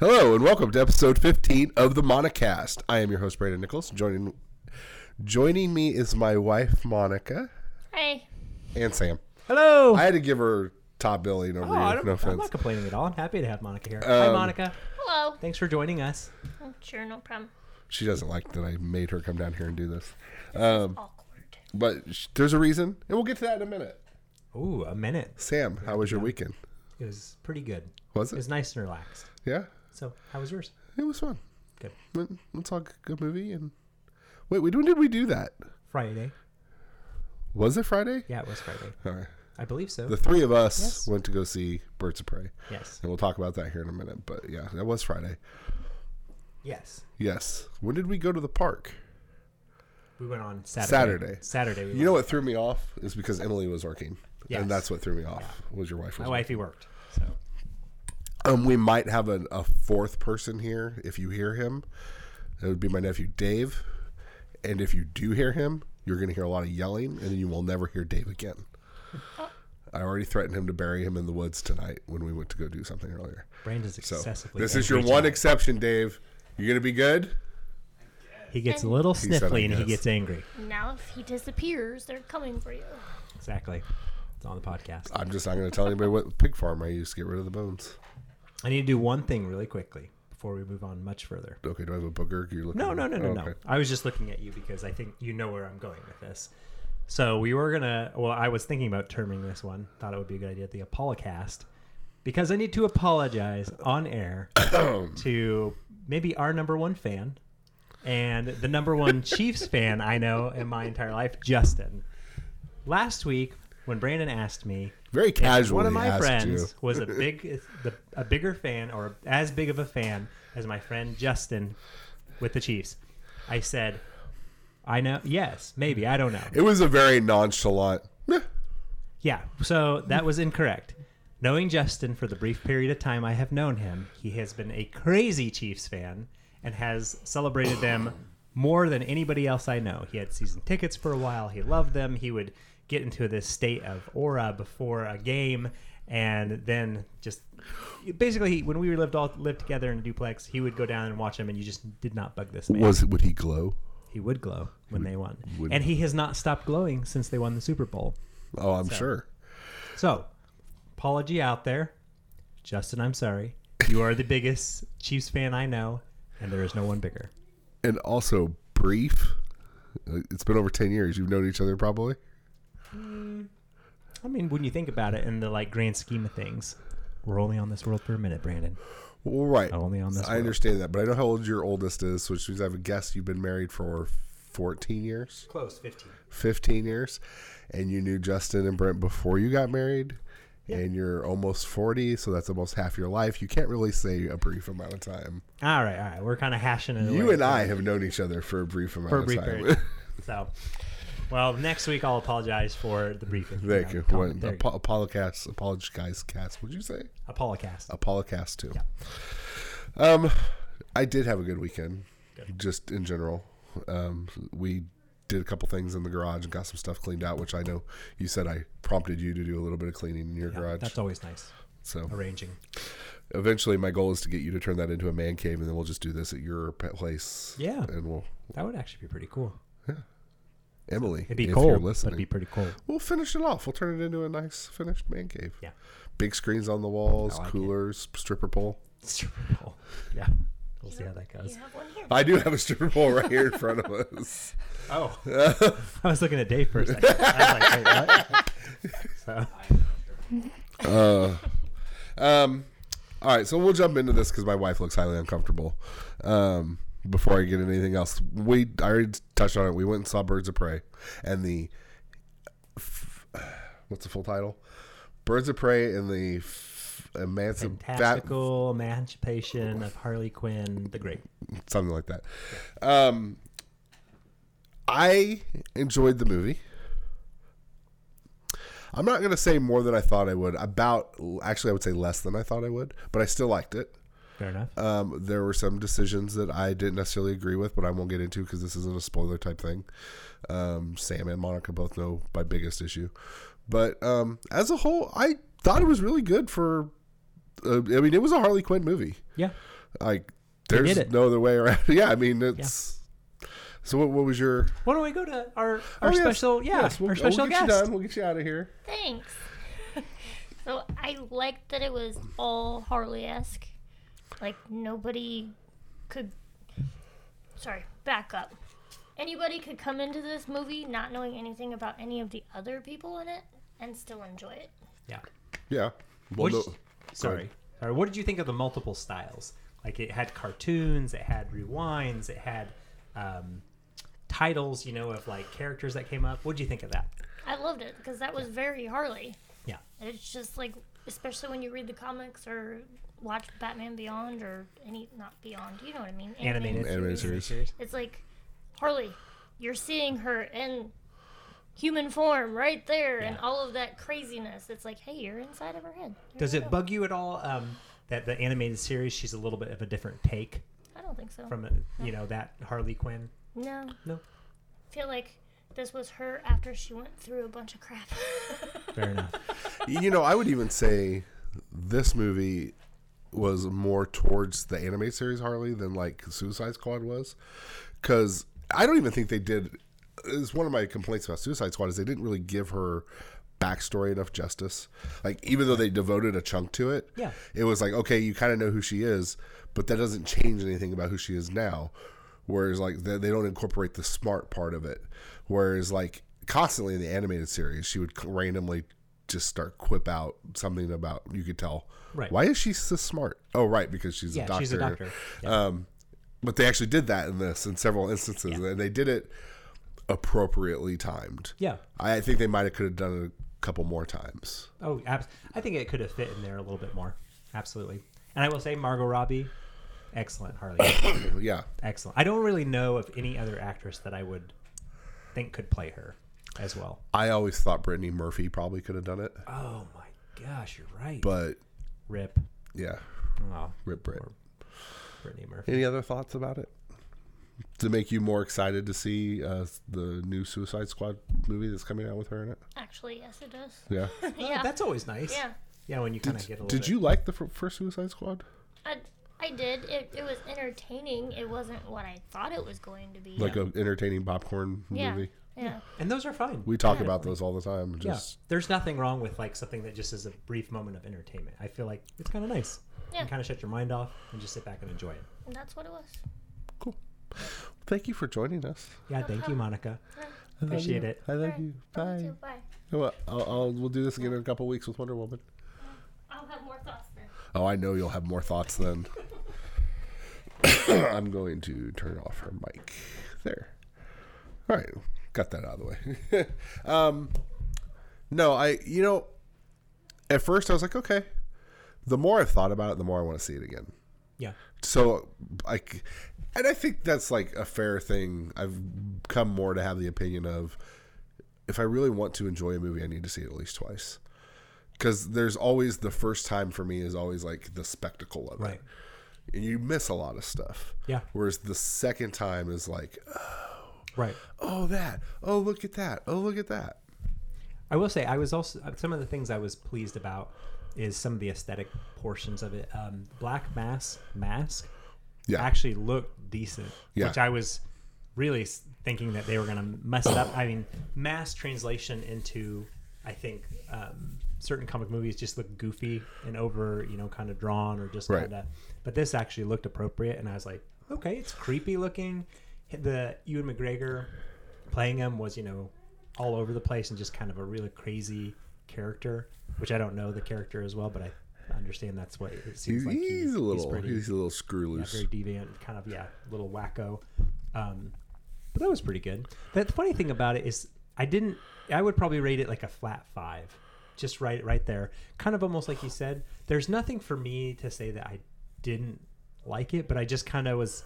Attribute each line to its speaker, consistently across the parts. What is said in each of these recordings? Speaker 1: Hello and welcome to episode 15 of the Monacast. I am your host Brandon Nichols. Joining joining me is my wife Monica
Speaker 2: Hey.
Speaker 1: and Sam.
Speaker 3: Hello.
Speaker 1: I had to give her top billing over
Speaker 3: oh, I
Speaker 1: here.
Speaker 3: don't,
Speaker 1: No
Speaker 3: I'm
Speaker 1: offense.
Speaker 3: not complaining at all. I'm happy to have Monica here. Hi,
Speaker 1: Um,
Speaker 3: Monica.
Speaker 2: Hello. Oh,
Speaker 3: Thanks for joining us.
Speaker 2: Sure, no problem.
Speaker 1: She doesn't like that I made her come down here and do this,
Speaker 2: Awkward.
Speaker 1: but sh- there's a reason, and we'll get to that in a minute.
Speaker 3: Ooh, a minute.
Speaker 1: Sam, how was your weekend?
Speaker 3: It was pretty good.
Speaker 1: Was
Speaker 3: It
Speaker 1: it?
Speaker 3: was nice and relaxed.
Speaker 1: Yeah,
Speaker 3: So, how was yours?
Speaker 1: it was fun.
Speaker 3: Good.
Speaker 1: Went- Went saw a good movie and wait, wait, when did we do that?
Speaker 3: Friday.
Speaker 1: Was it Friday?
Speaker 3: Yeah, it was Friday.
Speaker 1: All right.
Speaker 3: I believe so.
Speaker 1: The three of us
Speaker 3: Yes.
Speaker 1: went to go see Birds of Prey.
Speaker 3: yes.
Speaker 1: And we'll talk about that here in a minute. But yeah, that was Friday.
Speaker 3: Yes.
Speaker 1: Yes. When did we go to the park?
Speaker 3: We went on Saturday.
Speaker 1: Saturday.
Speaker 3: Saturday. We
Speaker 1: You know what threw me off is because Emily was working.
Speaker 3: Yes.
Speaker 1: And that's what threw me off was your wife. Was
Speaker 3: My wifey worked. So,
Speaker 1: Um, we might have an, a fourth person here if you hear him. It would be my nephew Dave. And if you do hear him, you're going to hear a lot of yelling, and you will never hear Dave again. I already threatened him to bury him in the woods tonight when we went to go do something earlier.
Speaker 3: Brandon's
Speaker 1: So
Speaker 3: excessively.
Speaker 1: this is
Speaker 3: angry
Speaker 1: your one
Speaker 3: tonight.
Speaker 1: exception, Dave. You're going to be good.
Speaker 3: he gets a little
Speaker 1: said,
Speaker 3: sniffly
Speaker 1: "I
Speaker 3: and he
Speaker 1: guess."
Speaker 3: gets angry.
Speaker 2: Now if he disappears, they're coming for you.
Speaker 3: Exactly. It's on the podcast.
Speaker 1: I'm just not going to tell anybody what pig farm I used to get rid of the bones.
Speaker 3: I need to do one thing really quickly before we move on much further.
Speaker 1: Okay, do I have a booger? You're looking
Speaker 3: No, no, no, no,
Speaker 1: Oh,
Speaker 3: no.
Speaker 1: okay.
Speaker 3: I was just looking at you because I think you know where I'm going with this. So we were gonna. Well, I was thinking about terming this one. Thought it would be a good idea. The Apolocast, because I need to apologize on air to maybe our number one fan and the number one Chiefs fan I know in my entire life, Justin. Last week, when Brandon asked me
Speaker 1: Very
Speaker 3: if
Speaker 1: casually
Speaker 3: one of my
Speaker 1: asked
Speaker 3: friends
Speaker 1: you.
Speaker 3: was a big, the, a bigger fan or as big of a fan as my friend Justin with the Chiefs. I said, I know. Yes, maybe I don't know.
Speaker 1: It was a very nonchalant. "Meh."
Speaker 3: Yeah. So that was incorrect. Knowing Justin for the brief period of time I have known him, he has been a crazy Chiefs fan and has celebrated them more than anybody else I know. He had season tickets for a while. He loved them. He would get into this state of aura before a game and then just basically when we lived all lived together in a duplex, he would go down and watch them and you just did not bug this man.
Speaker 1: Was it? Would he glow?
Speaker 3: he would glow when they won.
Speaker 1: would-
Speaker 3: And he has not stopped glowing since they won the Super Bowl.
Speaker 1: Oh, I'm sure.
Speaker 3: So, apology out there. Justin, I'm sorry. You are the biggest Chiefs fan I know, and there is no one bigger.
Speaker 1: And also brief. Uh, It's been over ten years. You've known each other probably.
Speaker 3: I mean, when you think about it in the like grand scheme of things, we're only on this world for a minute, Brandon.
Speaker 1: Well, right.
Speaker 3: Only on this
Speaker 1: I
Speaker 3: world.
Speaker 1: understand that, but I know how old your oldest is, which means I have a guess you've been married for fourteen years,
Speaker 3: Close, 15.
Speaker 1: fifteen years, and you knew Justin and Brent before you got married. And you're almost 40, so that's almost half your life. You can't really say a brief amount of time.
Speaker 3: All right, all right. We're kind of hashing it
Speaker 1: You
Speaker 3: away
Speaker 1: and I have known each other for a brief amount
Speaker 3: for a
Speaker 1: of
Speaker 3: brief
Speaker 1: time.
Speaker 3: period. so, well, next week I'll apologize for the briefing.
Speaker 1: Thank you.
Speaker 3: Comment.
Speaker 1: What,
Speaker 3: There you
Speaker 1: Apo- Apologast, apologize, cast. Would you say
Speaker 3: go. Apolocast.
Speaker 1: Apologast too? Um, I did have a good weekend, just in general. Um, we did a couple things in the garage and got some stuff cleaned out, which I know you said I prompted you to do a little bit of cleaning in your garage.
Speaker 3: That's always nice.
Speaker 1: so
Speaker 3: Arranging.
Speaker 1: eventually, my goal is to get you to turn that into a man cave, and then we'll just do this at your pet place.
Speaker 3: Yeah.
Speaker 1: and we'll
Speaker 3: That would actually be pretty cool.
Speaker 1: Emily.
Speaker 3: It'd be
Speaker 1: if You're
Speaker 3: cold, but
Speaker 1: listening,
Speaker 3: it'd be pretty cold.
Speaker 1: we'll finish it off. We'll turn it into a nice finished man cave.
Speaker 3: Yeah.
Speaker 1: Big screens on the walls,
Speaker 3: I like it.
Speaker 1: coolers, stripper pole.
Speaker 3: Super Bowl. Yeah. We'll see how that
Speaker 2: You
Speaker 3: goes.
Speaker 2: have one here.
Speaker 1: I do have a stripper pole right here in front of us.
Speaker 3: Oh. I was looking at Dave for a second. I was like, wait, what? So,
Speaker 1: Um, all right, so we'll jump into this because my wife looks highly uncomfortable. Um, before I get into anything else, we I already touched on it. We went and saw Birds of Prey, and the f- what's the full title? Birds of Prey and the f- emancip- fa-
Speaker 3: fantastical emancipation of Harley Quinn the Great.
Speaker 1: something like that. Um, I enjoyed the movie. I'm not gonna say more than I thought I would. About actually, I would say less than I thought I would, but I still liked it.
Speaker 3: Fair enough.
Speaker 1: Um, there were some decisions that I didn't necessarily agree with, but I won't get into because this isn't a spoiler type thing. Um, Sam and Monica both know my biggest issue, but um, as a whole, I thought it was really good for uh, I mean, it was a Harley Quinn movie.
Speaker 3: Yeah.
Speaker 1: Like,
Speaker 3: did
Speaker 1: there's
Speaker 3: it.
Speaker 1: no other way around. yeah, I mean, it's. So what, what was your
Speaker 3: Why don't we go to our, our
Speaker 1: Oh, yes.
Speaker 3: special yeah
Speaker 1: Yes, we'll,
Speaker 3: our special
Speaker 1: we'll get
Speaker 3: guest?
Speaker 1: you done. We'll get you out of here.
Speaker 2: Thanks. so I liked that it was all Harley esque. Like nobody could. Sorry, back up. Anybody could come into this movie not knowing anything about any of the other people in it and still enjoy it.
Speaker 3: Yeah.
Speaker 1: Yeah. Well,
Speaker 3: What did
Speaker 1: no-
Speaker 3: you- sorry. Sorry. What did you think of the multiple styles? Like it had cartoons, it had rewinds, it had um, titles, you know, of like characters that came up. What did you think of that?
Speaker 2: I loved it because that was very Harley.
Speaker 3: Yeah.
Speaker 2: It's just like, especially when you read the comics or watch Batman Beyond or any, not Beyond, you know what I mean?
Speaker 3: Animated,
Speaker 1: Animated series.
Speaker 2: It's like, Harley, you're seeing her in human form right there and
Speaker 3: Yeah.
Speaker 2: all of that craziness. It's like, hey, you're inside of her head. There
Speaker 3: Does
Speaker 2: you
Speaker 3: it
Speaker 2: go.
Speaker 3: bug you at all um, that the animated series she's a little bit of a different take
Speaker 2: I don't think so.
Speaker 3: from uh, you know that Harley Quinn?
Speaker 2: no.
Speaker 3: No.
Speaker 2: I feel like this was her after she went through a bunch of crap.
Speaker 3: Fair enough.
Speaker 1: you know, I would even say this movie was more towards the anime series Harley than like Suicide Squad was, because I don't even think they did. It's one of my complaints about Suicide Squad is they didn't really give her backstory enough justice. Like even though they devoted a chunk to it,
Speaker 3: Yeah.
Speaker 1: it was like okay, you kind of know who she is, but that doesn't change anything about who she is now. Whereas like they, they don't incorporate the smart part of it. Whereas like constantly in the animated series, she would randomly just start quip out something about you could tell
Speaker 3: Right.
Speaker 1: why is she so smart? Oh right, because she's a
Speaker 3: Yeah,
Speaker 1: doctor.
Speaker 3: she's a doctor. Yeah.
Speaker 1: Um, but they actually did that in this in several instances, and they did it appropriately timed.
Speaker 3: yeah.
Speaker 1: I, I think they might have could have done it a couple more times.
Speaker 3: Oh, abs- I think it could have fit in there a little bit more. Absolutely. And I will say Margot Robbie, excellent Harley.
Speaker 1: Yeah,
Speaker 3: Excellent. I don't really know of any other actress that I would think could play her as well.
Speaker 1: I always thought Brittany Murphy probably could have done it,
Speaker 3: Oh my gosh, you're right.
Speaker 1: but
Speaker 3: Rip.
Speaker 1: yeah,
Speaker 3: Oh,
Speaker 1: rip Brit.
Speaker 3: Brittany Murphy.
Speaker 1: Any other thoughts about it? To make you more excited to see uh, the new Suicide Squad movie that's coming out with her in it?
Speaker 2: Actually, yes, it does.
Speaker 1: Yeah.
Speaker 2: yeah.
Speaker 3: That's always nice.
Speaker 2: Yeah.
Speaker 3: Yeah, when you kind of get a little.
Speaker 1: Did
Speaker 3: bit-
Speaker 1: you like the fir- first Suicide Squad?
Speaker 2: I, I did. It, it was entertaining. It wasn't what I thought it was going to be.
Speaker 1: Like an entertaining popcorn
Speaker 2: yeah.
Speaker 1: movie?
Speaker 2: Yeah.
Speaker 3: And those are fine.
Speaker 1: We talk
Speaker 3: Yeah.
Speaker 1: about those all the time.
Speaker 3: Yeah.
Speaker 1: Just
Speaker 3: There's nothing wrong with like something that just is a brief moment of entertainment. I feel like it's kind of nice.
Speaker 2: Yeah.
Speaker 3: You kind of shut your mind off and just sit back and enjoy it.
Speaker 2: And that's what it was.
Speaker 1: cool. Thank you for joining us.
Speaker 3: Yeah. Thank you, Monica.
Speaker 1: I love
Speaker 3: Appreciate
Speaker 1: you.
Speaker 3: it.
Speaker 1: I love
Speaker 2: Alright,
Speaker 1: you.
Speaker 2: love
Speaker 1: Bye.
Speaker 2: you too, Bye.
Speaker 1: Well, I'll, I'll, we'll do this again in a couple weeks with Wonder Woman.
Speaker 2: I'll have more thoughts then.
Speaker 1: Oh, I know you'll have more thoughts then. I'm going to turn off her mic. There. All right, got that out of the way. um, no, I you know, at first I was like, okay. The more I've thought about it, the more I want to see it again.
Speaker 3: Yeah.
Speaker 1: so like and i think that's like a fair thing i've come more to have the opinion of if i really want to enjoy a movie i need to see it at least twice because there's always the first time for me is always like the spectacle of
Speaker 3: Right.
Speaker 1: it and you miss a lot of stuff
Speaker 3: Yeah.
Speaker 1: whereas the second time is like
Speaker 3: Right.
Speaker 1: oh that oh look at that oh look at that
Speaker 3: I will say I was also uh, some of the things I was pleased about is some of the aesthetic portions of it. Um, Black Mass mask
Speaker 1: Yeah.
Speaker 3: actually looked decent,
Speaker 1: Yeah.
Speaker 3: which I was really s- thinking that they were going to mess it up. I mean, mass translation into I think um, certain comic movies just look goofy and over, you know, kind of drawn or just
Speaker 1: Right.
Speaker 3: kind of. But this actually looked appropriate, and I was like, okay, it's creepy looking. The Ewan McGregor playing him was, you know, all over the place and just kind of a really crazy character, which I don't know the character as well, but I understand that's what it
Speaker 1: he's,
Speaker 3: seems like. he-
Speaker 1: he's a little he's,
Speaker 3: pretty,
Speaker 1: a little screw
Speaker 3: yeah,
Speaker 1: loose
Speaker 3: very deviant, kind of yeah, little wacko. Um, but that was pretty good. But the funny thing about it is, I didn't. I would probably rate it like a flat five, just right, right there. Kind of almost like you said. There's nothing for me to say that I didn't like it, but I just kind of was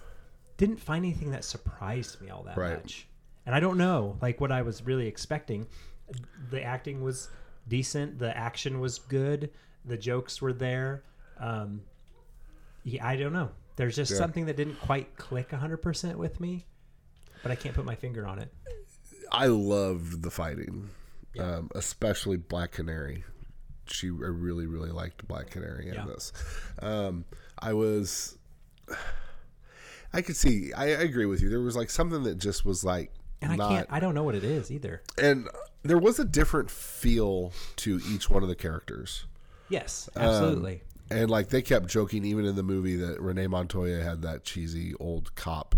Speaker 3: didn't find anything that surprised me all that
Speaker 1: Right.
Speaker 3: much. And I don't know, like what I was really expecting. The acting was decent. The action was good. The jokes were there. Um, yeah, I don't know. There's just
Speaker 1: Yeah.
Speaker 3: something that didn't quite click 100% with me, but I can't put my finger on it.
Speaker 1: I loved the fighting,
Speaker 3: Yeah.
Speaker 1: um, especially Black Canary. she I really really liked Black Canary in
Speaker 3: Yeah.
Speaker 1: this. Um, I was I could see I, I agree with you. There was like something that just was like
Speaker 3: And I
Speaker 1: not
Speaker 3: can't. I don't know what it is either.
Speaker 1: and there was a different feel to each one of the characters.
Speaker 3: Yes,
Speaker 1: Um,
Speaker 3: absolutely.
Speaker 1: And like they kept joking even in the movie that Renee Montoya had that cheesy old cop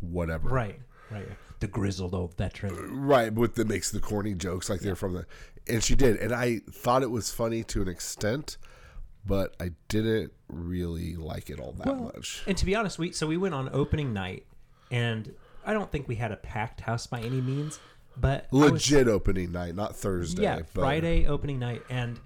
Speaker 1: whatever.
Speaker 3: right. Right. The grizzled old veteran.
Speaker 1: Right, with the makes the corny jokes like they're from the and she did. And I thought it was funny to an extent, but I didn't really like it all that much.
Speaker 3: And to be honest, we so we went on opening night, and I don't think we had a packed house by any means, but I was-
Speaker 1: Legit opening night, not Thursday.
Speaker 3: yeah,
Speaker 1: but-
Speaker 3: Friday opening night, and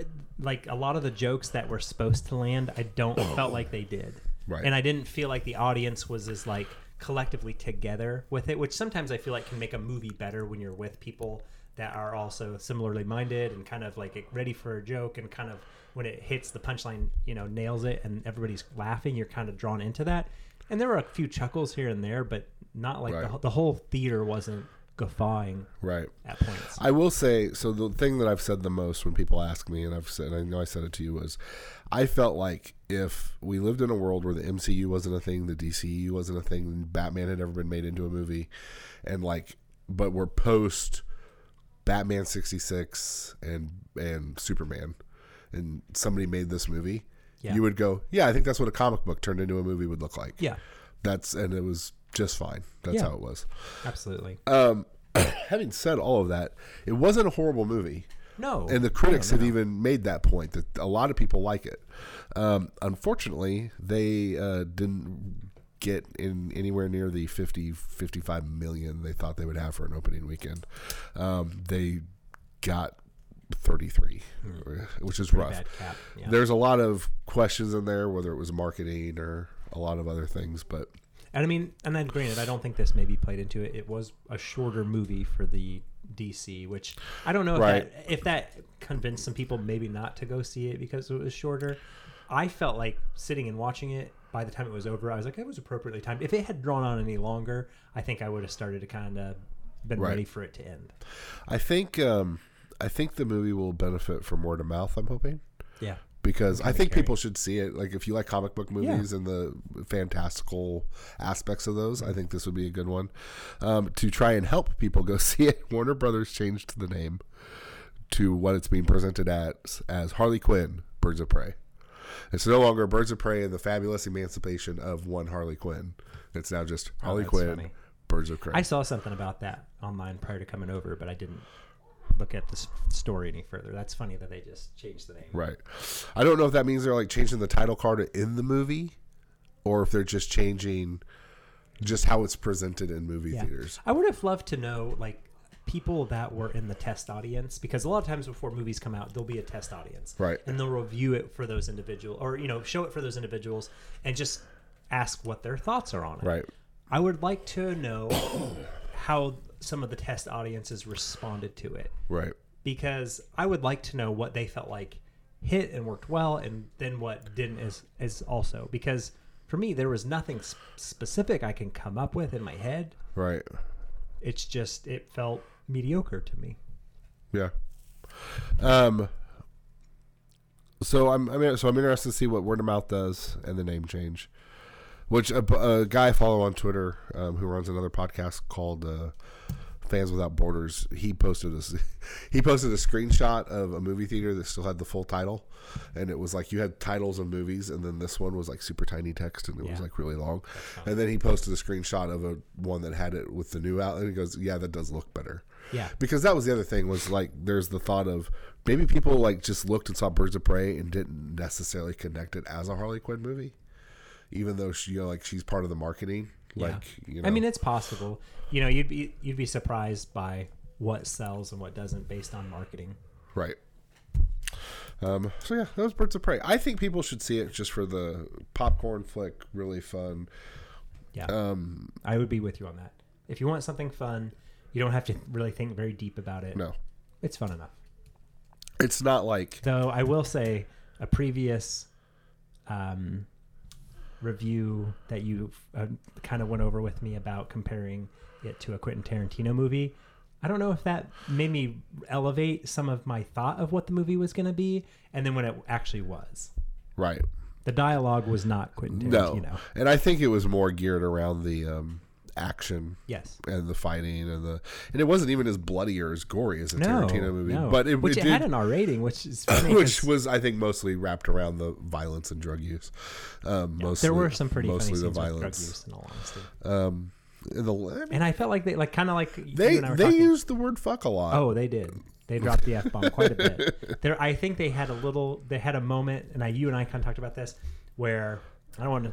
Speaker 3: uh, like a lot of the jokes that were supposed to land, I don't felt like they did,
Speaker 1: Right.
Speaker 3: And I didn't feel like the audience was as like collectively together with it, which sometimes I feel like can make a movie better when you're with people that are also similarly minded and kind of like ready for a joke and kind of when it hits the punchline, you know, nails it and everybody's laughing, you're kind of drawn into that. And there were a few chuckles here and there, but not like the
Speaker 1: Right.
Speaker 3: the, the whole theater wasn't guffawing
Speaker 1: Right.
Speaker 3: at points.
Speaker 1: I will say so. The thing that I've said the most when people ask me, and I've said, and I know I said it to you, was I felt like if we lived in a world where the MCU wasn't a thing, the DCU wasn't a thing, Batman had never been made into a movie, and like, but we're post Batman sixty six and and Superman, and somebody made this movie,
Speaker 3: Yeah.
Speaker 1: you would go, yeah, I think that's what a comic book turned into a movie would look like.
Speaker 3: Yeah.
Speaker 1: that's and it was just fine. That's
Speaker 3: Yeah.
Speaker 1: how it was.
Speaker 3: Absolutely.
Speaker 1: Uh, Having said all of that, it wasn't a horrible movie.
Speaker 3: no.
Speaker 1: And the critics have even made that point that a lot of people like it. Um, unfortunately, they uh, didn't get in anywhere near the 50, 55 million they thought they would have for an opening weekend. Um, they got 33, which is rough.
Speaker 3: Hmm. bad cap. Yeah.
Speaker 1: There's a lot of questions in there, whether it was marketing or a lot of other things, but
Speaker 3: and I mean, and then granted, I don't think this maybe played into it. It was a shorter movie for the DC, which I don't know if,
Speaker 1: Right.
Speaker 3: that, if that convinced some people maybe not to go see it because it was shorter. I felt like sitting and watching it. By the time it was over, I was like, it was appropriately timed. If it had drawn on any longer, I think I would have started to kind of been
Speaker 1: Right.
Speaker 3: ready for it to end.
Speaker 1: I think um, I think the movie will benefit from word of mouth. I'm hoping.
Speaker 3: Yeah.
Speaker 1: because I think
Speaker 3: carry.
Speaker 1: people should see it. Like if you like comic book movies and the fantastical aspects of those, I think this would be a good one um, to try and help people go see it. Warner Brothers changed the name to what it's being presented as as Harley Quinn Birds of Prey. It's no longer Birds of Prey and the Fabulous Emancipation of One Harley Quinn. It's now just Harley
Speaker 3: Oh, that's
Speaker 1: Quinn
Speaker 3: funny.
Speaker 1: Birds of Prey.
Speaker 3: I saw something about that online prior to coming over, but I didn't look at the s- story any further. That's funny that they just changed the name.
Speaker 1: Right. I don't know if that means they're like changing the title card in the movie or if they're just changing just how it's presented in movie
Speaker 3: Yeah.
Speaker 1: theaters.
Speaker 3: I would have loved to know like people that were in the test audience because a lot of times before movies come out there'll be a test audience
Speaker 1: Right.
Speaker 3: and they'll review it for those individual or you know show it for those individuals and just ask what their thoughts are on it
Speaker 1: Right.
Speaker 3: i would like to know how some of the test audiences responded to it
Speaker 1: Right.
Speaker 3: because I would like to know what they felt like hit and worked well, and then what didn't is is also because for me there was nothing s- specific I can come up with in my head.
Speaker 1: Right.
Speaker 3: It's just it felt mediocre to me.
Speaker 1: Yeah. Um so I'm I mean so I'm interested to see what word of mouth does and the name change. Which a, a guy I follow on Twitter um, who runs another podcast called uh, Fans Without Borders, he posted a s- he posted a screenshot of a movie theater that still had the full title, and it was like you had titles of movies, and then this one was like super tiny text, and it was
Speaker 3: Yeah.
Speaker 1: like really long, and then he posted a screenshot of a one that had it with the new out, and he goes, "Yeah, that does look better."
Speaker 3: Yeah.
Speaker 1: because that was the other thing was like there's the thought of maybe people like just looked and saw Birds of Prey and didn't necessarily connect it as a Harley Quinn movie, even though she you know, like she's part of the marketing. Like you know,
Speaker 3: I mean it's possible. You know, you'd be you'd be surprised by what sells and what doesn't based on marketing.
Speaker 1: Right. Um, so yeah, those Birds of Prey. I think people should see it just for the popcorn flick. Really fun.
Speaker 3: Yeah. Um, I would be with you on that. If you want something fun, you don't have to really think very deep about it.
Speaker 1: No,
Speaker 3: It's fun enough.
Speaker 1: it's not like
Speaker 3: Though I will say, a previous um, review that you uh, kind of went over with me about comparing it to a Quentin Tarantino movie, I don't know if that made me elevate some of my thought of what the movie was going to be, and then when it actually was.
Speaker 1: Right.
Speaker 3: The dialogue was not Quentin
Speaker 1: No.
Speaker 3: Tarantino.
Speaker 1: And I think it was more geared around the um, action
Speaker 3: Yes.
Speaker 1: and the fighting and the and it wasn't even as bloody or as gory as a
Speaker 3: No,
Speaker 1: Tarantino movie,
Speaker 3: no.
Speaker 1: but it,
Speaker 3: which
Speaker 1: it
Speaker 3: it,
Speaker 1: did,
Speaker 3: had an R rating, which is funny
Speaker 1: which
Speaker 3: 'cause
Speaker 1: was I think mostly wrapped around the violence and drug use. Um, mostly,
Speaker 3: there were some pretty funny
Speaker 1: mostly
Speaker 3: scenes
Speaker 1: the
Speaker 3: with drug
Speaker 1: violence.
Speaker 3: use, in all honesty.
Speaker 1: Um, and the, I mean,
Speaker 3: And I felt like they like kind of like
Speaker 1: they
Speaker 3: you and I were
Speaker 1: they
Speaker 3: talking.
Speaker 1: used the word fuck a lot.
Speaker 3: Oh, they did. They dropped the f bomb quite a bit. There, I think they had a little. They had a moment, and I, you and I kind of talked about this, where I don't want to.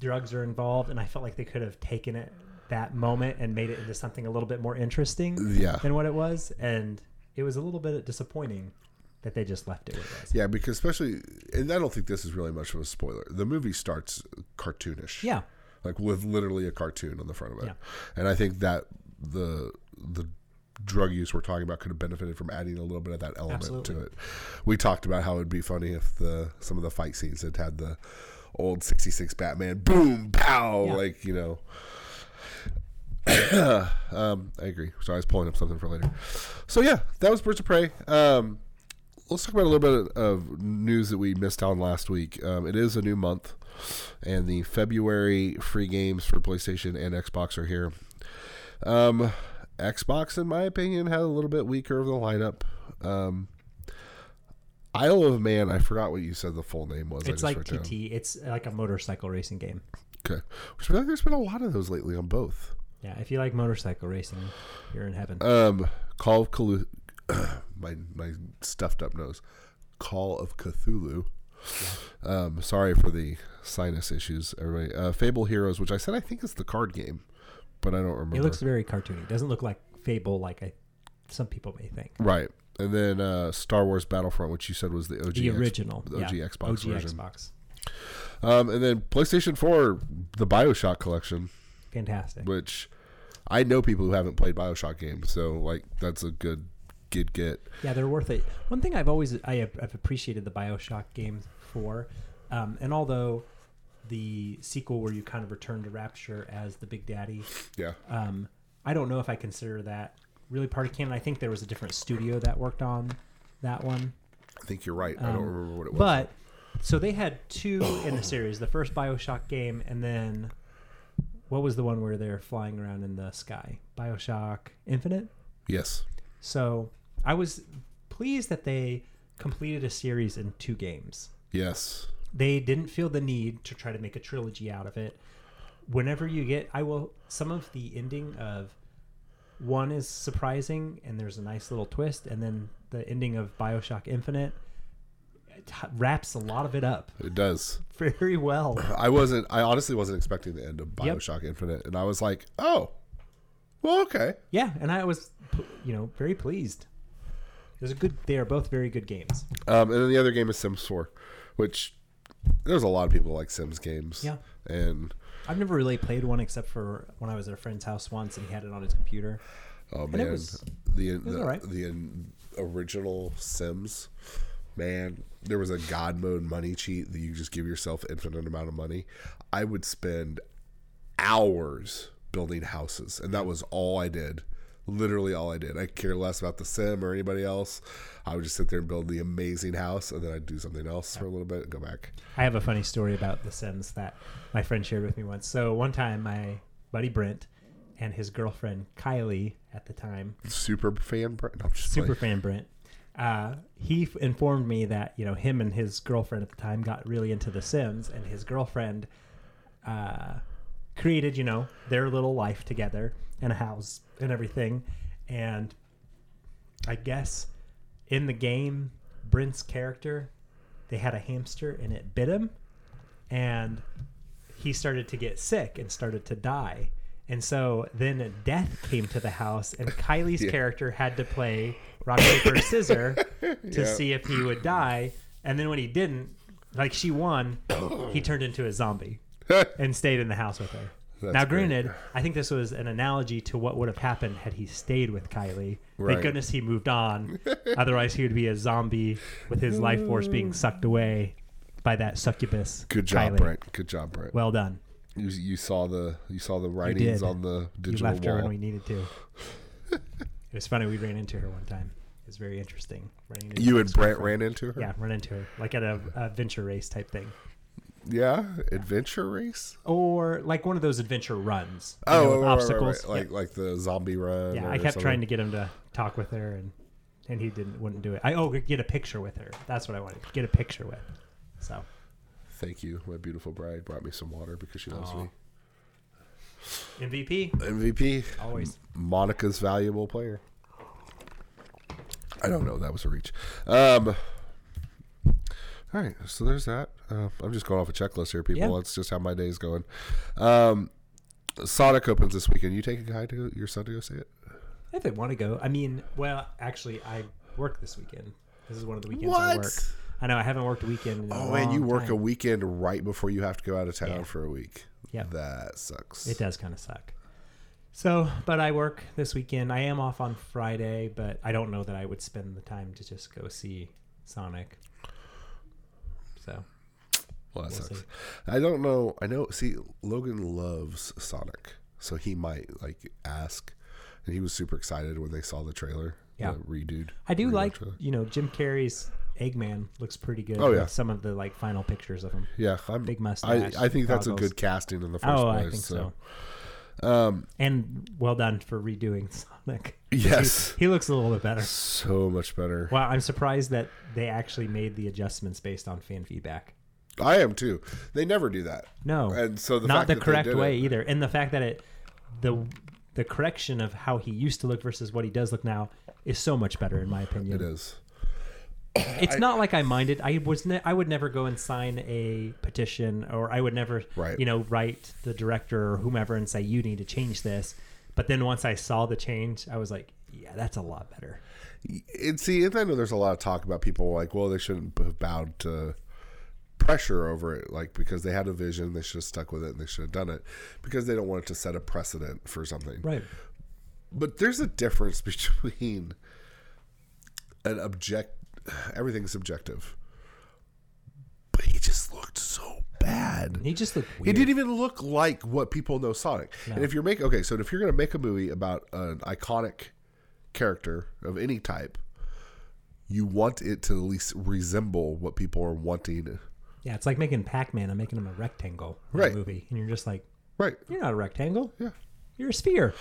Speaker 3: Drugs are involved, and I felt like they could have taken it that moment and made it into something a little bit more interesting
Speaker 1: Yeah.
Speaker 3: than what it was, and it was a little bit disappointing that they just left it with us.
Speaker 1: Yeah, because especially, and I don't think this is really much of a spoiler. The movie starts cartoonish.
Speaker 3: Yeah.
Speaker 1: like with literally a cartoon on the front of it.
Speaker 3: Yeah.
Speaker 1: And I think that the the drug use we're talking about could have benefited from adding a little bit of that element to
Speaker 3: Absolutely.
Speaker 1: it. We talked about how it'd be funny if the some of the fight scenes had had the old 66 Batman boom pow
Speaker 3: Yeah.
Speaker 1: like, you know. um, I agree. So I was pulling up something for later. So yeah, that was Birds of Prey. Um, let's talk about a little bit of news that we missed on last week. Um, it is a new month, and the February free games for PlayStation and Xbox are here. Um, Xbox, in my opinion, had a little bit weaker of the lineup. Um, Isle of Man, I forgot what you said the full name was. I
Speaker 3: It's
Speaker 1: just
Speaker 3: like
Speaker 1: wrote down.
Speaker 3: TT. It's like a motorcycle racing game.
Speaker 1: Okay. Which I feel like there's been a lot of those lately on both.
Speaker 3: Yeah, if you like motorcycle racing, you're in heaven.
Speaker 1: Um, Call of Cthulhu. my my stuffed up nose. Call of Cthulhu. Um, sorry for the sinus issues, everybody. Uh, Fable Heroes, which I said I think is the card game, but I don't remember.
Speaker 3: It looks very cartoony. It doesn't look like Fable, like I, some people may think.
Speaker 1: right. And then uh, Star Wars Battlefront, which you said was the OG.
Speaker 3: The
Speaker 1: X-
Speaker 3: original,
Speaker 1: the OG
Speaker 3: yeah. Oh,
Speaker 1: Xbox
Speaker 3: OG
Speaker 1: version.
Speaker 3: Xbox,
Speaker 1: Um, and then PlayStation 4, the Bioshock collection,
Speaker 3: fantastic.
Speaker 1: which I know people who haven't played Bioshock games, so like that's a good good get.
Speaker 3: Yeah, they're worth it. One thing I've always I have, I've appreciated the Bioshock games for, um, and although the sequel where you kind of return to Rapture as the Big Daddy,
Speaker 1: Yeah.
Speaker 3: um, I don't know if I consider that really part of canon. I think there was a different studio that worked on that one.
Speaker 1: I think you're right. I don't remember what it was.
Speaker 3: um, But so they had two in the series: the first Bioshock game, and then what was the one where they're flying around in the sky? Bioshock Infinite.
Speaker 1: yes.
Speaker 3: So I was pleased that they completed a series in two games.
Speaker 1: Yes.
Speaker 3: They didn't feel the need to try to make a trilogy out of it. Whenever you get, I will. Some of the ending of one is surprising, and there's a nice little twist, and then the ending of Bioshock Infinite it h- wraps a lot of it up
Speaker 1: It does.
Speaker 3: very well.
Speaker 1: I wasn't. I honestly wasn't expecting the end of
Speaker 3: Yep.
Speaker 1: Bioshock Infinite, and I was like, "Oh, well, okay."
Speaker 3: Yeah, and I was, p- you know, very pleased. It was a good. They are both very good games.
Speaker 1: Um, and then the other game is Sims Four, which there's a lot of people who like Sims games.
Speaker 3: Yeah.
Speaker 1: And
Speaker 3: I've never really played one except for when I was at a friend's house once, and he had it on his computer.
Speaker 1: oh
Speaker 3: it
Speaker 1: man,
Speaker 3: was-
Speaker 1: the the,
Speaker 3: all right.
Speaker 1: the in- original Sims, man, there was a god mode money cheat that you just give yourself infinite amount of money. I would spend hours building houses, and that was all I did. Literally all I did. I care less about the sim or anybody else. I would just sit there and build the amazing house, and then I'd do something else for a little bit and go back.
Speaker 3: I have a funny story about The Sims that my friend shared with me once. So one time, my buddy Brent and his girlfriend Kylie at the time,
Speaker 1: Super fan, br- no, I'm just
Speaker 3: super
Speaker 1: playing.
Speaker 3: fan Brent, uh, he f- informed me that you know him and his girlfriend at the time got really into The Sims, and his girlfriend uh, created you know their little life together and a house and everything, and I guess in the game, Brent's character, they had a hamster and it bit him, and he started to get sick and started to die. And so then death came to the house, and Kylie's character had to play rock paper scissor to see if he would die. And then when he didn't, like she won, he turned into a zombie and stayed in the house with her.
Speaker 1: That's
Speaker 3: now,
Speaker 1: great.
Speaker 3: granted, I think this was an analogy to what would have happened had he stayed with Kylie.
Speaker 1: Right.
Speaker 3: Thank goodness he moved on. Otherwise, he would be a zombie with his life force being sucked away by that succubus.
Speaker 1: Good job,
Speaker 3: Kylie.
Speaker 1: Brent. Good job, Brent.
Speaker 3: Well done.
Speaker 1: you, you saw the you saw the writings
Speaker 3: did.
Speaker 1: on the
Speaker 3: You
Speaker 1: digital
Speaker 3: left her
Speaker 1: wall.
Speaker 3: when we needed to. It was funny. We ran into her one time. It was very interesting. Running into
Speaker 1: You
Speaker 3: her
Speaker 1: and Brent ran into her.
Speaker 3: Yeah, run into her like at a, a adventure race type thing,
Speaker 1: Yeah? Adventure race.
Speaker 3: or like one of those adventure runs. you
Speaker 1: Oh,
Speaker 3: know,
Speaker 1: right,
Speaker 3: with
Speaker 1: right, right,
Speaker 3: obstacles.
Speaker 1: right. like like the zombie run.
Speaker 3: yeah,
Speaker 1: or
Speaker 3: I kept
Speaker 1: something.
Speaker 3: trying to get him to talk with her, and and he didn't wouldn't do it. I oh get a picture with her. That's what I wanted. Get a picture with. So
Speaker 1: Thank you, my beautiful bride brought me some water because she loves
Speaker 3: Aw.
Speaker 1: me.
Speaker 3: MVP
Speaker 1: MVP,
Speaker 3: always.
Speaker 1: Monica's valuable player. I don't know. That was a reach. Um, all right, so there's that. Uh, I'm just going off a checklist here, people.
Speaker 3: Yeah.
Speaker 1: That's just how my day's going. Um, Sonic opens this weekend. You taking Kai to your son to go see it?
Speaker 3: If they want to go, I mean, well, actually, I work this weekend. This is one of the weekends I
Speaker 1: What?
Speaker 3: work. I know I haven't worked a weekend. In a
Speaker 1: Oh, and you
Speaker 3: long
Speaker 1: work a
Speaker 3: time.
Speaker 1: weekend right before you have to go out of town
Speaker 3: Yeah.
Speaker 1: for a week.
Speaker 3: Yep.
Speaker 1: That sucks.
Speaker 3: It does kind of suck. So, but I work this weekend. I am off on Friday, but I don't know that I would spend the time to just go see Sonic. So,
Speaker 1: Well, that
Speaker 3: We'll
Speaker 1: sucks.
Speaker 3: see.
Speaker 1: I don't know. I know. See, Logan loves Sonic, so he might like ask. And he was super excited when they saw the trailer.
Speaker 3: Yeah.
Speaker 1: the redude.
Speaker 3: I do
Speaker 1: redo
Speaker 3: like,
Speaker 1: trailer.
Speaker 3: you know, Jim Carrey's Eggman looks pretty good.
Speaker 1: Oh,
Speaker 3: with
Speaker 1: yeah.
Speaker 3: Some of the like final pictures of him.
Speaker 1: Yeah, I'm,
Speaker 3: Big mustache,
Speaker 1: I, I think that's a
Speaker 3: goggles.
Speaker 1: good casting in the first
Speaker 3: Oh,
Speaker 1: place.
Speaker 3: I think so.
Speaker 1: Um,
Speaker 3: And well done for redoing Sonic.
Speaker 1: yes,
Speaker 3: He looks a little bit better.
Speaker 1: so much better.
Speaker 3: Well, I'm surprised that they actually made the adjustments based on fan feedback.
Speaker 1: I am too. They never do that.
Speaker 3: No,
Speaker 1: And so the fact
Speaker 3: not the
Speaker 1: that they
Speaker 3: correct
Speaker 1: did
Speaker 3: way
Speaker 1: it-
Speaker 3: either, and the fact that it the the correction of how he used to look versus what he does look now is so much better in my opinion.
Speaker 1: It is.
Speaker 3: It's not like I minded. I was ne- I would never go and sign a petition, or I would never,
Speaker 1: Right.
Speaker 3: you know, write the director or whomever and say you need to change this. But then once I saw the change, I was like, yeah, that's a lot better.
Speaker 1: And see, and I know there's a lot of talk about people like, well, they shouldn't have bowed to pressure over it, like because they had a vision, they should have stuck with it, and they should have done it because they don't want it to set a precedent for something.
Speaker 3: Right.
Speaker 1: But there's a difference between an object. Everything's subjective. But he just looked so bad.
Speaker 3: He just looked
Speaker 1: It
Speaker 3: weird.
Speaker 1: didn't even look like what people know Sonic. And if you're making okay, so if you're gonna make a movie about an iconic character of any type, you want it to at least resemble what people are wanting.
Speaker 3: Yeah, it's like making Pac-Man and making him a rectangle in
Speaker 1: Right.
Speaker 3: a movie, and you're just like,
Speaker 1: Right.
Speaker 3: you're not a rectangle.
Speaker 1: Yeah.
Speaker 3: You're a sphere.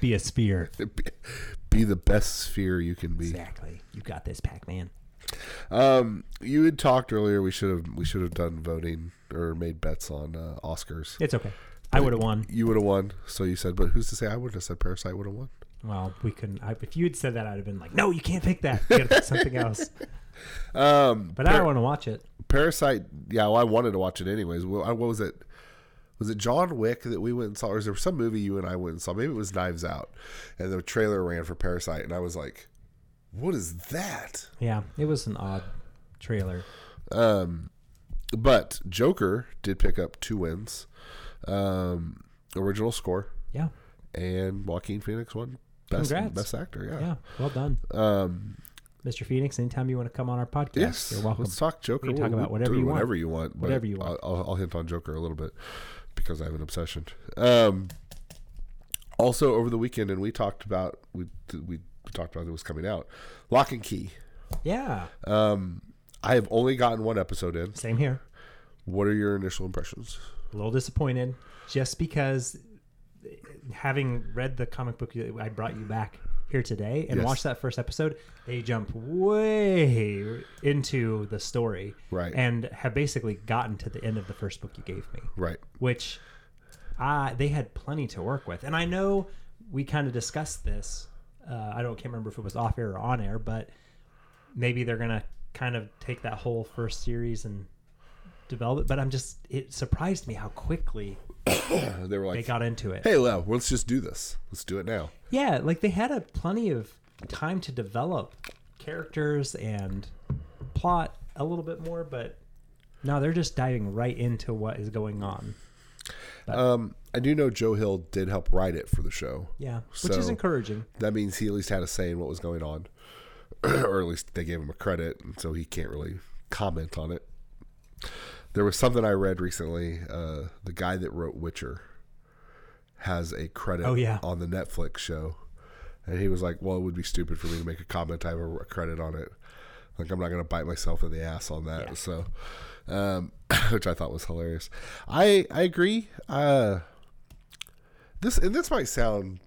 Speaker 3: Be a sphere.
Speaker 1: Be, be the best sphere you can be.
Speaker 3: Exactly. You got this, Pac-Man.
Speaker 1: Um, you had talked earlier. We should have we should have done voting or made bets on uh, Oscars.
Speaker 3: It's okay. I would have won.
Speaker 1: You would have won. So you said, but who's to say I would have said Parasite would have won?
Speaker 3: Well, we couldn't. I, if you had said that, I'd have been like, no, you can't pick that. You got to pick something else.
Speaker 1: Um,
Speaker 3: But I don't want to watch it.
Speaker 1: Parasite. Yeah, well, I wanted to watch it anyways. Well, I- What was it? Was it John Wick that we went and saw? Or was there some movie you and I went and saw? Maybe it was Knives Out, and the trailer ran for Parasite, and I was like, "What is that?"
Speaker 3: Yeah, it was an odd trailer.
Speaker 1: Um, but Joker did pick up two wins, um, original score,
Speaker 3: Yeah,
Speaker 1: and Joaquin Phoenix won best
Speaker 3: Congrats.
Speaker 1: best actor. Yeah.
Speaker 3: yeah. Well done,
Speaker 1: Um,
Speaker 3: Mr. Phoenix. Anytime you want to come on our podcast,
Speaker 1: yes.
Speaker 3: you're welcome.
Speaker 1: Let's talk Joker.
Speaker 3: We can talk
Speaker 1: We'll-
Speaker 3: about
Speaker 1: we'll
Speaker 3: whatever
Speaker 1: do
Speaker 3: you want.
Speaker 1: whatever you want. but
Speaker 3: Whatever you want.
Speaker 1: I'll, I'll, I'll hint on Joker a little bit because I have an obsession. Um, also, over the weekend, and we talked about we we talked about it was coming out. Lock and Key.
Speaker 3: Yeah,
Speaker 1: Um, I have only gotten one episode in.
Speaker 3: same here.
Speaker 1: What are your initial impressions?
Speaker 3: a little disappointed just because having read the comic book that I brought you back here today and
Speaker 1: Yes.
Speaker 3: watched that first episode, they jump way into the story.
Speaker 1: Right.
Speaker 3: And have basically gotten to the end of the first book you gave me,
Speaker 1: Right.
Speaker 3: which uh, they had plenty to work with. And I know we kind of discussed this. Uh, I don't can't remember if it was off air or on air, but maybe they're gonna kind of take that whole first series and develop it. But I'm just it surprised me how quickly
Speaker 1: Uh, They were
Speaker 3: they
Speaker 1: like,
Speaker 3: got into it.
Speaker 1: "Hey, Leo, let's just do this. Let's do it now."
Speaker 3: Yeah, like they had a plenty of time to develop characters and plot a little bit more, but no, they're just diving right into what is going on.
Speaker 1: Um, I do know Joe Hill did help write it for the show.
Speaker 3: Yeah, which is
Speaker 1: So-
Speaker 3: encouraging.
Speaker 1: that means he at least had a say in what was going on, or at least they gave him a credit, and so he can't really comment on it. There was something I read recently. Uh, the guy that wrote Witcher has a credit
Speaker 3: Oh, yeah.
Speaker 1: on the Netflix show, And he was like, "Well, it would be stupid for me to make a comment. I have a credit on it. Like, I'm not going to bite myself in the ass on that."
Speaker 3: Yeah.
Speaker 1: So, um, which I thought was hilarious. I I agree. Uh, this and this might sound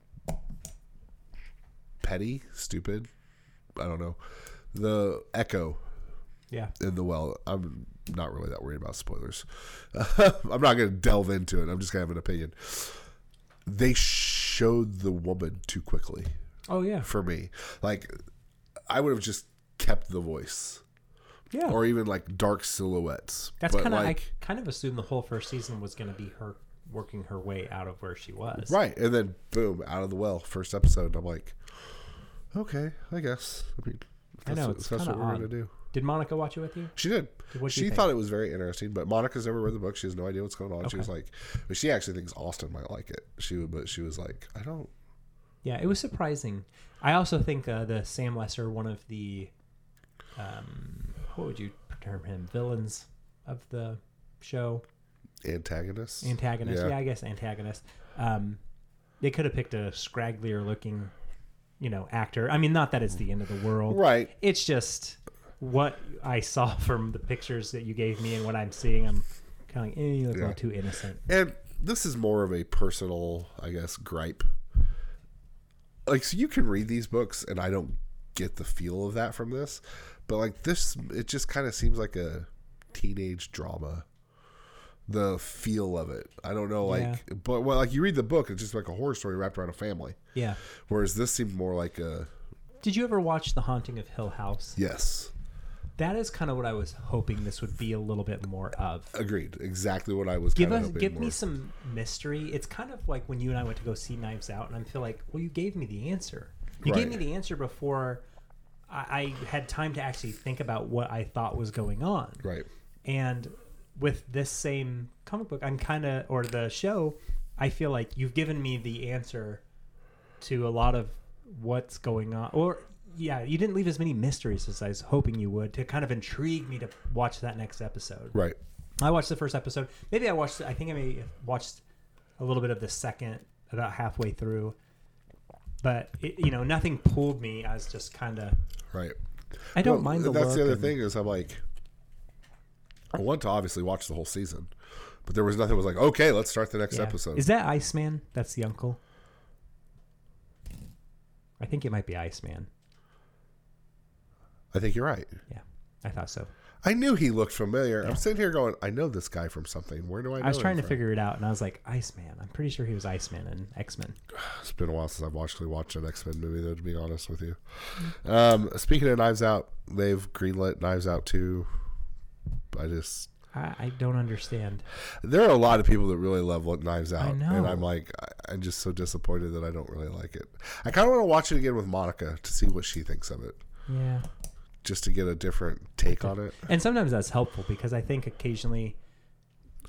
Speaker 1: petty, stupid. I don't know. The echo
Speaker 3: Yeah.
Speaker 1: in the well. I'm not really that worried about spoilers. I'm not going to delve into it. I'm just going to have an opinion. They showed the woman too quickly
Speaker 3: Oh yeah.
Speaker 1: for me. Like, I would have just kept the voice
Speaker 3: Yeah.
Speaker 1: or even like dark silhouettes.
Speaker 3: Oh. That's
Speaker 1: But,
Speaker 3: kind of
Speaker 1: like,
Speaker 3: I kind of assumed the whole first season was going to be her working her way out of where she was.
Speaker 1: right. And then boom, out of the well, first episode. I'm like, okay, I guess. I mean, if
Speaker 3: I
Speaker 1: that's,
Speaker 3: know,
Speaker 1: what-
Speaker 3: it's
Speaker 1: if that's what
Speaker 3: kinda
Speaker 1: we're going to
Speaker 3: odd.
Speaker 1: do.
Speaker 3: Did Monica watch it with you?
Speaker 1: She did.
Speaker 3: What'd you
Speaker 1: she
Speaker 3: think?
Speaker 1: thought it was very interesting, but Monica's never read the book. She has no idea what's going on. She
Speaker 3: Okay.
Speaker 1: was like, but she actually thinks Austin might like it. She would, but she was like, I don't.
Speaker 3: Yeah, it was surprising. I also think uh, the Sam Lesser, one of the, um, what would you term him, villains of the show,
Speaker 1: Antagonist.
Speaker 3: antagonist.
Speaker 1: Yeah.
Speaker 3: Yeah, I guess antagonist. Um, they could have picked a scragglier looking, you know, actor. I mean, not that it's the end of the world.
Speaker 1: Right.
Speaker 3: It's just what I saw from the pictures that you gave me and what I'm seeing. I'm kind of like, eh, you look a
Speaker 1: Yeah.
Speaker 3: little too innocent.
Speaker 1: And this is more of a personal, I guess, gripe. Like, so you can read these books, and I don't get the feel of that from this, but like this, it just kind of seems like a teenage drama. The feel of it, I don't know. Like,
Speaker 3: Yeah.
Speaker 1: but well, like you read the book, it's just like a horror story wrapped around a family.
Speaker 3: Yeah.
Speaker 1: Whereas this seemed more like a
Speaker 3: Did you ever watch The Haunting of Hill House?
Speaker 1: yes,
Speaker 3: That is kind of what I was hoping this would be a little bit more of.
Speaker 1: agreed, exactly what I was.
Speaker 3: Give
Speaker 1: kinda
Speaker 3: us,
Speaker 1: hoping
Speaker 3: give me
Speaker 1: more.
Speaker 3: some mystery. It's kind of like when you and I went to go see Knives Out, and I feel like, well, you gave me the answer. You
Speaker 1: Right.
Speaker 3: gave me the answer before I, I had time to actually think about what I thought was going on.
Speaker 1: right,
Speaker 3: And with this same comic book, I'm kind of, or the show, I feel like you've given me the answer to a lot of what's going on. Or, yeah, you didn't leave as many mysteries as I was hoping you would to kind of intrigue me to watch that next episode.
Speaker 1: right,
Speaker 3: I watched the first episode. Maybe I watched, I think I may have watched a little bit of the second about halfway through. But, it, you know, nothing pulled me. I was just kind of,
Speaker 1: right.
Speaker 3: I don't
Speaker 1: Well,
Speaker 3: mind the
Speaker 1: That's
Speaker 3: look
Speaker 1: the other
Speaker 3: and-
Speaker 1: thing is I'm like, I want to obviously watch the whole season, but there was nothing. that Was like, okay, let's start the next
Speaker 3: Yeah.
Speaker 1: episode.
Speaker 3: Is that Iceman? That's the uncle. I think it might be Iceman.
Speaker 1: I think you're right.
Speaker 3: Yeah, I thought so.
Speaker 1: I knew he looked familiar. I'm sitting here going, I know this guy from something. Where do I? Know
Speaker 3: I was trying
Speaker 1: him
Speaker 3: to
Speaker 1: from?
Speaker 3: figure it out, and I was like, Iceman. I'm pretty sure he was Iceman in X Men.
Speaker 1: It's been a while since I've actually watched an X Men movie, though. To be honest with you, um, speaking of Knives Out, they've greenlit Knives Out too. I just
Speaker 3: I, I don't understand.
Speaker 1: There are a lot of people that really love what Knives Out, and
Speaker 3: know.
Speaker 1: I'm like, I- I'm just so disappointed that I don't really like it. I kind of want to watch it again with Monica to see what she thinks of it,
Speaker 3: Yeah.
Speaker 1: just to get a different take on it.
Speaker 3: And sometimes that's helpful because I think occasionally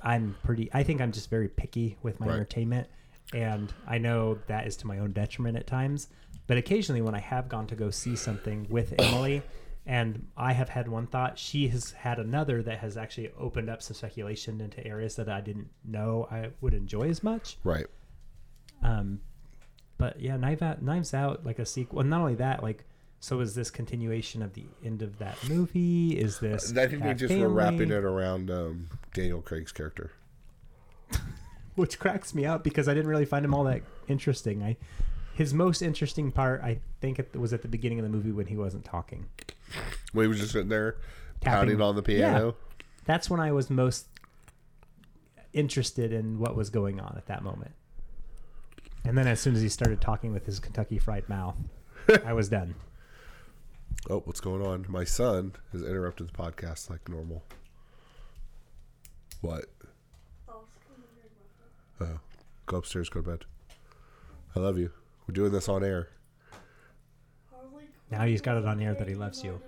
Speaker 3: I'm pretty, I think I'm just very picky with my
Speaker 1: Right.
Speaker 3: entertainment. And I know that is to my own detriment at times. But occasionally when I have gone to go see something with Emily and I have had one thought, she has had another that has actually opened up some speculation into areas that I didn't know I would enjoy as much.
Speaker 1: Right,
Speaker 3: Um, but yeah, Knives Out, Knives Out, like a sequel. And not only that, like, so is this continuation of the end of that movie? Is this?
Speaker 1: Uh, I think they
Speaker 3: that
Speaker 1: just were wrapping
Speaker 3: family?
Speaker 1: it around um, Daniel Craig's character.
Speaker 3: which cracks me up because I didn't really find him all that interesting. I his most interesting part, I think, it was at the beginning of the movie when he wasn't talking.
Speaker 1: We were just sitting there
Speaker 3: Tapping.
Speaker 1: pounding on the
Speaker 3: Yeah.
Speaker 1: piano.
Speaker 3: That's when I was most interested in what was going on at that moment. And then as soon as he started talking with his Kentucky Fried Mouth, I was done.
Speaker 1: Oh, what's going on? My son has interrupted the podcast like normal. What? Oh, go upstairs, go to bed. I love you. We're doing this on air.
Speaker 3: Now he's got it on air that he loves you.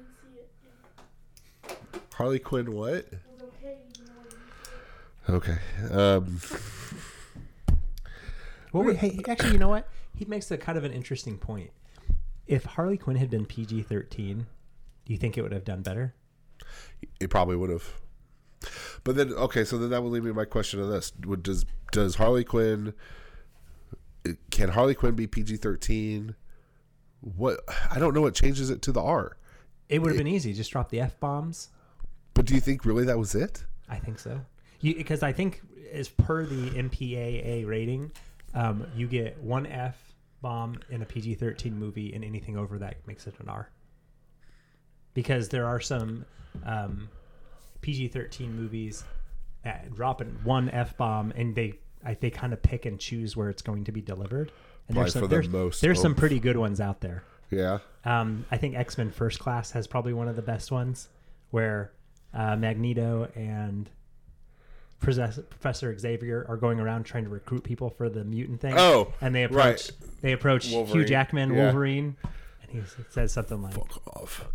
Speaker 1: Harley Quinn what? Okay. Um,
Speaker 3: What were, hey, actually, you know what? He makes a kind of an interesting point. If Harley Quinn had been PG thirteen, do you think it would have done better?
Speaker 1: it probably would have. But then okay, so then that would lead me to my question of this. Would- Does does Harley Quinn can Harley Quinn be PG-13 What I don't know what changes it to the R.
Speaker 3: It would have been easy. Just drop the f bombs.
Speaker 1: But do you think really that was it?
Speaker 3: I think so. Because I think, as per the MPAA rating, um, you get one F bomb in a PG 13 movie, and anything over that makes it an R. Because there are some um, PG 13 movies that drop in one F bomb, and they I, they kind of pick and choose where it's going to be delivered. And
Speaker 1: Probably
Speaker 3: there's
Speaker 1: for
Speaker 3: some,
Speaker 1: the
Speaker 3: there's,
Speaker 1: most
Speaker 3: there's some
Speaker 1: oomph.
Speaker 3: pretty good ones out there.
Speaker 1: Yeah.
Speaker 3: Um, I think X Men First Class has probably one of the best ones, where uh, Magneto and Professor Professor Xavier are going around trying to recruit people for the mutant thing.
Speaker 1: Oh,
Speaker 3: and they approach
Speaker 1: right.
Speaker 3: they approach Hugh
Speaker 1: Wolverine.
Speaker 3: Jackman,
Speaker 1: Yeah.
Speaker 3: Wolverine, and he s- says something like,
Speaker 1: Off.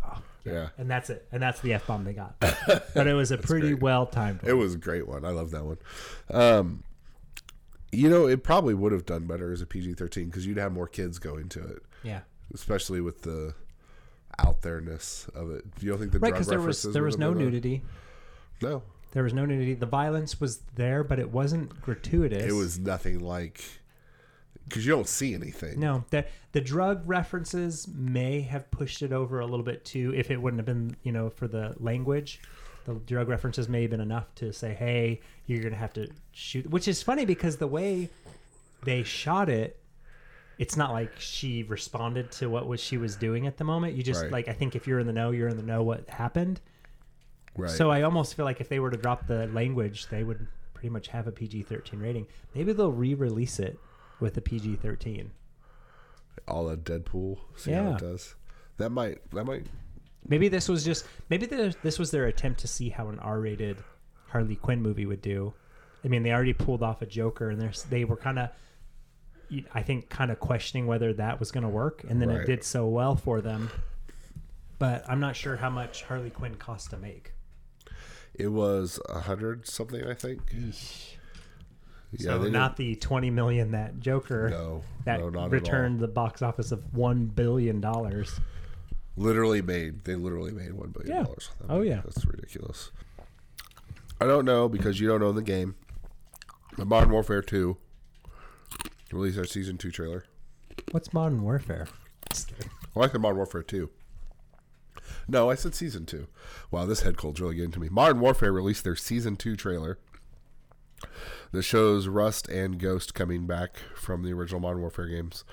Speaker 1: Yeah.
Speaker 3: and that's it, and that's the f bomb they got. but it was a pretty
Speaker 1: great.
Speaker 3: well timed.
Speaker 1: It was a great one. I love that one. Um, you know, it probably would have done better as a PG 13 because you'd have more kids going to it,
Speaker 3: Yeah,
Speaker 1: especially with the out there-ness of it. You don't think the
Speaker 3: right.
Speaker 1: drug
Speaker 3: Because there was
Speaker 1: references
Speaker 3: there
Speaker 1: would
Speaker 3: was
Speaker 1: have
Speaker 3: no
Speaker 1: been a-
Speaker 3: nudity.
Speaker 1: No.
Speaker 3: There was no nudity. The violence was there, but it wasn't gratuitous.
Speaker 1: It was nothing like. Because you don't see anything.
Speaker 3: No, the the drug references may have pushed it over a little bit too. If it wouldn't have been, you know, for the language, the drug references may have been enough to say, "Hey, you're gonna have to shoot." Which is funny because the way they shot it, it's not like she responded to what was she was doing at the moment. You just
Speaker 1: Right.
Speaker 3: like I think if you're in the know, you're in the know what happened.
Speaker 1: Right.
Speaker 3: So I almost feel like if they were to drop the language, they would pretty much have a PG-13 rating. Maybe they'll re-release it with a PG-13.
Speaker 1: all of Deadpool. See how
Speaker 3: Yeah.
Speaker 1: it does. That might. That might.
Speaker 3: Maybe this was just maybe the, this was their attempt to see how an R-rated Harley Quinn movie would do. I mean, they already pulled off a Joker, and there's they were kind of, I think, kind of questioning whether that was going to work, and then
Speaker 1: Right.
Speaker 3: it did so well for them. But I'm not sure how much Harley Quinn cost to make.
Speaker 1: It was a hundred something, I think. Yeah,
Speaker 3: so
Speaker 1: they
Speaker 3: not the 20 million that Joker
Speaker 1: No,
Speaker 3: that
Speaker 1: no, not at all.
Speaker 3: returned the box office of one billion dollars.
Speaker 1: literally made they literally made one billion
Speaker 3: Yeah.
Speaker 1: dollars. on that
Speaker 3: Oh,
Speaker 1: movie.
Speaker 3: yeah.
Speaker 1: that's ridiculous. I don't know because you don't own the game. But Modern Warfare Two released our season two trailer.
Speaker 3: What's Modern Warfare? Just kidding.
Speaker 1: I like the Modern Warfare Two. No, I said season two. Wow, this head cold's really getting to me. Modern Warfare released their season two trailer that shows Rust and Ghost coming back from the original Modern Warfare games.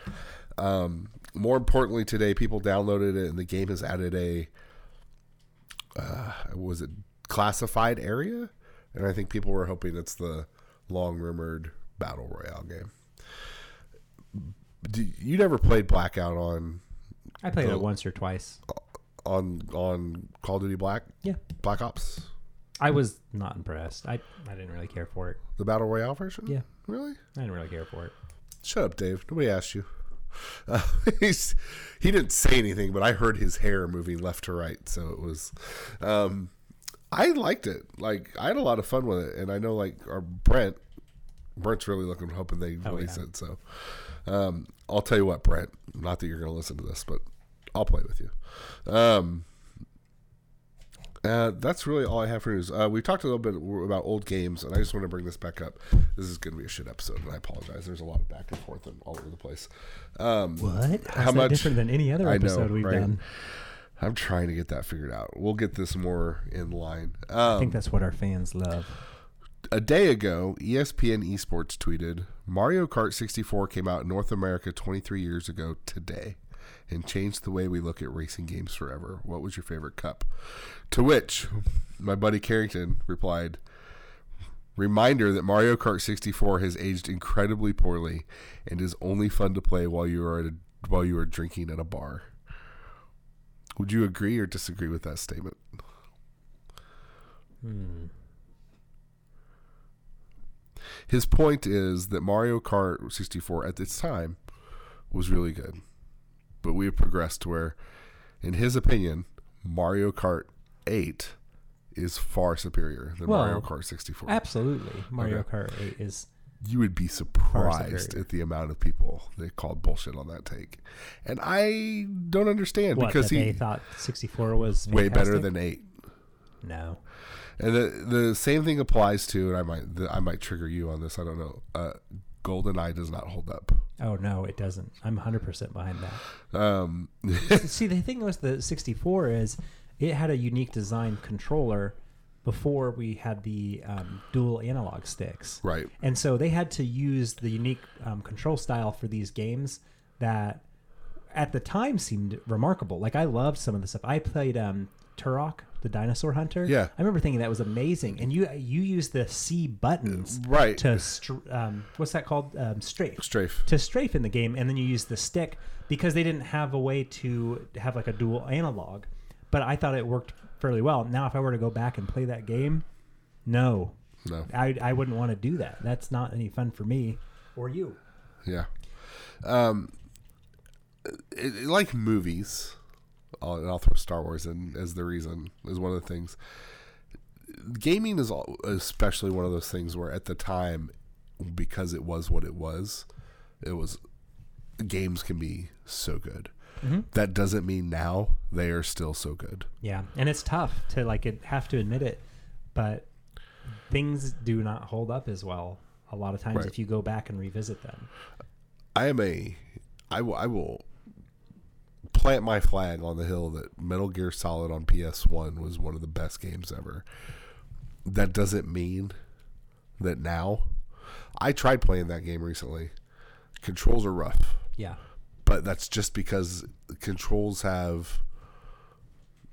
Speaker 1: Um, more importantly, today people downloaded it, and the game has added a uh, was it classified area, and I think people were hoping it's the long rumored battle royale game. Do, you never played Blackout on
Speaker 3: I played
Speaker 1: Cool.
Speaker 3: it once or twice.
Speaker 1: Oh. on on Call of Duty Black
Speaker 3: Yeah,
Speaker 1: Black Ops,
Speaker 3: I was not impressed. I I didn't really care for it.
Speaker 1: the battle royale version.
Speaker 3: Yeah.
Speaker 1: really?
Speaker 3: I didn't really care for it.
Speaker 1: Shut up, Dave. Nobody asked you. Uh, he's, he didn't say anything, but I heard his hair moving left to right, so it was. Um, I liked it. Like I had a lot of fun with it, and I know like our Brent, Brent's really looking hoping they release
Speaker 3: Oh, yeah.
Speaker 1: it. So, um, I'll tell you what, Brent. Not that you're going to listen to this, but I'll play with you. Um, uh, that's really all I have for news. Uh, we talked a little bit about old games, and I just want to bring this back up. This is going to be a shit episode, and I apologize. There's a lot of back and forth and all over the place. Um,
Speaker 3: What? How's
Speaker 1: How
Speaker 3: that
Speaker 1: much-
Speaker 3: different than any other
Speaker 1: I know,
Speaker 3: episode we've
Speaker 1: right?
Speaker 3: done?
Speaker 1: I'm trying to get that figured out. We'll get this more in line.
Speaker 3: I
Speaker 1: Um,
Speaker 3: think that's what our fans love.
Speaker 1: a day ago, E ESPN Esports tweeted Mario Kart 64 came out in North America 23 years ago today and changed the way we look at racing games forever. What was your favorite cup? To which my buddy Carrington replied, Reminder that Mario Kart 64 has aged incredibly poorly and is only fun to play while you are at a, while you are drinking at a bar. Would you agree or disagree with that statement?
Speaker 3: hmm.
Speaker 1: His point is that Mario Kart 64 at its time was really good, but we have progressed to where, in his opinion, Mario Kart 8 is far superior than
Speaker 3: Well,
Speaker 1: Mario Kart 64.
Speaker 3: Absolutely, Mario
Speaker 1: Okay.
Speaker 3: Kart 8 is
Speaker 1: you would be
Speaker 3: superior.
Speaker 1: surprised at the amount of people that called bullshit on that take, and I don't understand
Speaker 3: what
Speaker 1: because
Speaker 3: that they
Speaker 1: he
Speaker 3: thought 64 was
Speaker 1: way better
Speaker 3: fantastic?
Speaker 1: than 8.
Speaker 3: no.
Speaker 1: And the the same thing applies to, and I might the, I might trigger you on this. I don't know. Uh, GoldenEye does not hold up.
Speaker 3: Oh no, it doesn't. I'm 100% behind that.
Speaker 1: Um,
Speaker 3: See, the thing with the 64 is it had a unique design controller before we had the um, dual analog sticks.
Speaker 1: Right.
Speaker 3: And so they had to use the unique um, control style for these games that at the time seemed remarkable. Like I loved some of the stuff. I played um, Turok, the dinosaur hunter.
Speaker 1: Yeah.
Speaker 3: I remember thinking that was amazing. And you you used the C buttons
Speaker 1: Uh, Right.
Speaker 3: to str- um, what's that called? Um, strafe
Speaker 1: strafe.
Speaker 3: to strafe in the game, and then you use the stick because they didn't have a way to have like a dual analog. But I thought it worked fairly well. Now, if I were to go back and play that game, no,
Speaker 1: No.
Speaker 3: I, I wouldn't want to do that. That's not any fun for me or you.
Speaker 1: Yeah. Um, it, it- like movies, I'll, and I'll throw Star Wars in as the reason, is one of the things. Gaming is al- especially one of those things where at the time, because it was what it was, it was games can be so good. That doesn't mean now they are still so good.
Speaker 3: Yeah, and it's tough to like ad- have to admit it, but things do not hold up as well a lot of times
Speaker 1: Right.
Speaker 3: if you go back and revisit them.
Speaker 1: I am a, I will, I will plant my flag on the hill that Metal Gear Solid on PS1 was one of the best games ever. That doesn't mean that now. I tried playing that game recently. Controls are rough,
Speaker 3: Yeah,
Speaker 1: but that's just because controls have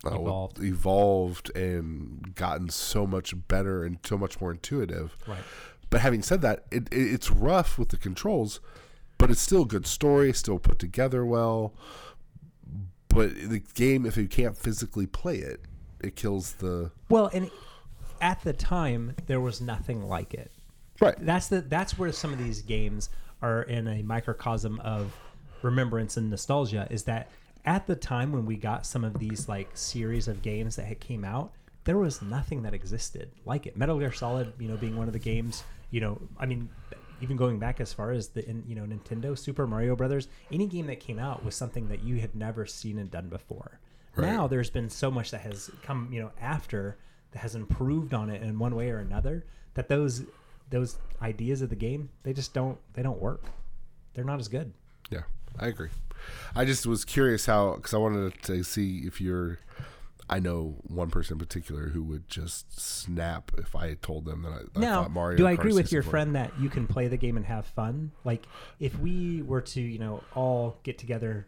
Speaker 1: uh, what-
Speaker 3: Evolved.
Speaker 1: evolved and gotten so much better and so much more intuitive.
Speaker 3: right.
Speaker 1: But having said that, it, it, it's rough with the controls, but it's still a good story, still put together well. But the game, if you can't physically play it, it kills the
Speaker 3: Well, and at the time there was nothing like it.
Speaker 1: right.
Speaker 3: that's the that's where some of these games are in a microcosm of remembrance and nostalgia is that at the time when we got some of these like series of games that had came out there was nothing that existed like it metal gear solid you know being one of the games you know i mean even going back as far as the in, you know nintendo super mario brothers any game that came out was something that you had never seen and done before now there's been so much that has come you know after that has improved on it in one way or another that those those ideas of the game they just don't they don't work they're not as good
Speaker 1: Yeah, I agree. I just was curious how because I wanted to see if you're. I know one person in particular who would just snap if I told them that I, I
Speaker 3: now
Speaker 1: thought Mario.
Speaker 3: do i
Speaker 1: Kart
Speaker 3: agree with your
Speaker 1: 64
Speaker 3: friend that you can play the game and have fun like if we were to you know all get together